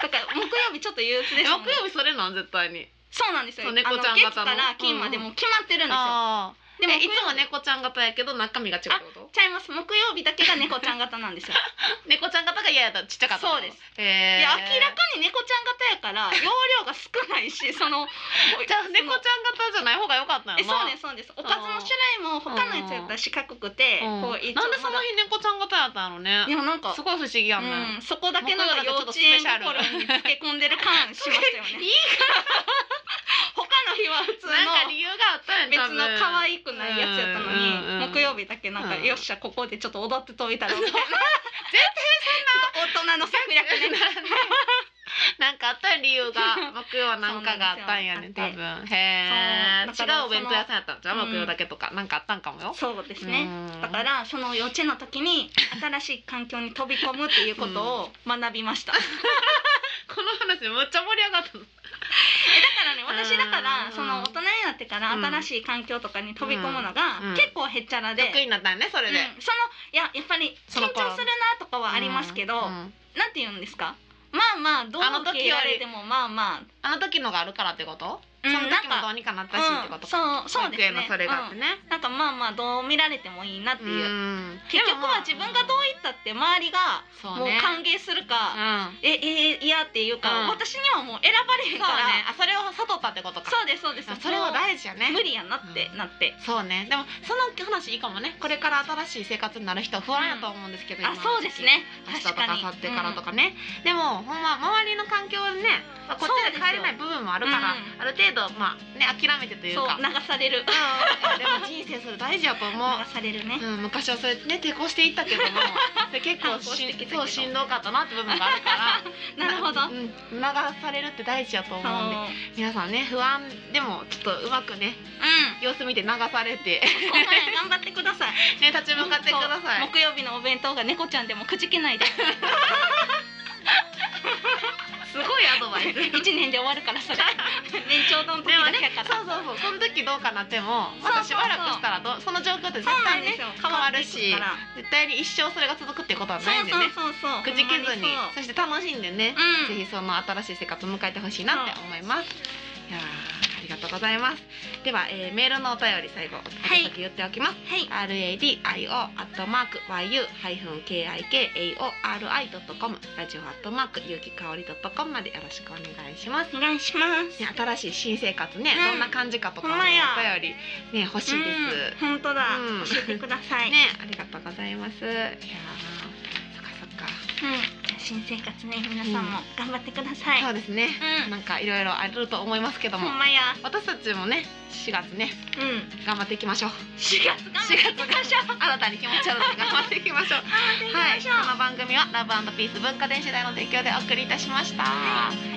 S2: だから木曜日ちょっと憂鬱でし
S1: え
S2: たもん
S1: 木曜日それなん絶対に
S2: そうなんですよ
S1: そう猫ちゃん
S2: あの月
S1: 型の
S2: から金までもう決まってるんですよ、
S1: あ
S2: でも
S1: あいつ
S2: 木曜
S1: も
S2: 日
S1: 猫ちゃん型やけど中身が違うってこと
S2: ちゃいます木曜日だけが猫ちゃん型なん ですよ
S1: 猫ちゃん型が嫌やったちっちゃかった
S2: そうですい
S1: え
S2: や明らかに猫ちゃん型やから容量が少ない しその
S1: じゃあ猫ちゃん型じゃない方が良かったん
S2: え
S1: や
S2: そう
S1: な
S2: ですそうですおかずの種類も他のやつやったら四角くて
S1: うん
S2: こう一応
S1: なんでその日猫ちゃん型やったのね
S2: まだでもなんか
S1: すごい不思議やんね、
S2: うんそこだけなんか幼稚園頃につけ込んでる感しましたよ
S1: い
S2: ね
S1: い
S2: 他の日は普通
S1: なんか
S2: の
S1: 理由があったん
S2: 別
S1: や多分
S2: の可愛くないやつやったのに
S1: うんうんうん
S2: 木曜日だけなんか
S1: うん
S2: よっしゃここでちょっと踊ってといたらみたいな絶対 そんな大人の策略ね
S1: なんかあったんや理 由が木曜はなんかがあったんやね
S2: そう
S1: 多
S2: なんです
S1: 分へえ違
S2: そうだから
S1: うお弁当屋さんやったんじゃう
S2: うん
S1: 木曜だけとかなんかあったんかもよ
S2: そうですね
S1: うん
S2: だからその幼稚園の時に新しい環境に飛び込むっていうことを学びま した。
S1: この話むっちゃ盛り上がったの
S2: だからね私だから
S1: うん
S2: その大人になってから
S1: うん
S2: 新しい環境とかに飛び込むのが
S1: うん
S2: 結構へっちゃらで、
S1: 得意になったんやねそれで
S2: うんそのいややっぱり
S1: そ
S2: 緊
S1: の頃
S2: 張するなとかはありますけど、
S1: うんうん
S2: なんて言うんですかまあまあどう
S1: あの
S2: 受け入れ
S1: 時よ
S2: ら
S1: り
S2: れてもまあまあ、
S1: あの時のがあるからってことそ
S2: うん
S1: の
S2: なん
S1: 時もど
S2: か
S1: うにかなったしって
S2: う
S1: こ
S2: ん、
S1: と
S2: そうそうですね
S1: 保育園のそれがあってね
S2: うんなんかまあまあどう見られてもいいなって
S1: う
S2: いう、
S1: ん
S2: 結局は自分がどう言ったって周りが
S1: そ
S2: もう
S1: うね
S2: 歓迎するか、
S1: うん
S2: えええ嫌っていうか、
S1: うん
S2: 私にはもう選ばれへ
S1: そうんね
S2: から
S1: あそれを悟ったってことか
S2: そうですそうです
S1: あそれは大事やね
S2: 無理やなってなって。
S1: そうねでもその話いいかもねこれから新しい生活になる人は不安やと思うんですけど、
S2: あ
S1: 今の時期
S2: そうですね
S1: 明日と
S2: 確かに
S1: か明後日からとかね、でもほんま周りの環境でねまあこっちで帰れない部分もあるから、
S2: そうですよ
S1: ある程度まあね諦めてと
S2: うん
S1: いう
S2: そう
S1: か
S2: 流される
S1: うんでも人生それ大事やと思う
S2: 流されるね
S1: うん、昔はそれね抵抗していったけども それ結構し
S2: 反抗してきたけど
S1: んそうしんどかったなって部分があるから
S2: なるほど
S1: うん、流されるって大事やと思うんで
S2: そう
S1: 皆さんね不安でもちょっとうまくね
S2: うん
S1: 様子見て流され て
S2: この前頑張ってください
S1: ね立ち向かってください
S2: そう木曜日のお弁当が猫ちゃんでもくじけないで
S1: すごいアドバイス でもね
S2: 一年で終わるからそれ年長丼の時だけやから
S1: そうそうそうその時どうかなってもまたしばらくしたらどうその状況って
S2: そ
S1: 絶
S2: うなん
S1: 対
S2: で
S1: ね
S2: すよ
S1: 変わるし
S2: 変わ
S1: 絶対に一生それが続くってことは
S2: っていくか
S1: ない
S2: ら
S1: んでね
S2: そうそうそうそう
S1: くじけずに
S2: ほんま
S1: そ
S2: そう
S1: して楽しんでね、
S2: うん
S1: ぜひその新しい生活を迎えてほしいなって思います、いやーありがとうございますでは、えーメールのお便り最後
S2: い
S1: 先言っておきます、
S2: はい
S1: RADIO アットマーク YU-KIKAORI.com ラジオアットマークゆうきかおり .com までよろしくお願いします
S2: お願いします
S1: ね、新しい新生活ね、
S2: うん
S1: どんな感じかとかもお
S2: ほんまや
S1: 便りね欲しいです、
S2: うん本当だ
S1: うん
S2: 教えてください
S1: ねありがとうございますいやーそっかそっか、
S2: うん新生活ね皆さんも頑張ってください
S1: そうですね、
S2: う
S1: なんかいろいろあると思いますけど
S2: ん
S1: も
S2: ほんまや
S1: 私たちもね4月ね
S2: うん
S1: 頑張っていきましょう
S2: 四月頑張っていきましょう。
S1: 新たに気持ちを持って頑張っていきましょう
S2: 頑張っていきましょう。
S1: はい、この番組はラブピース文化電子台の提供でお送りいたしました、
S2: は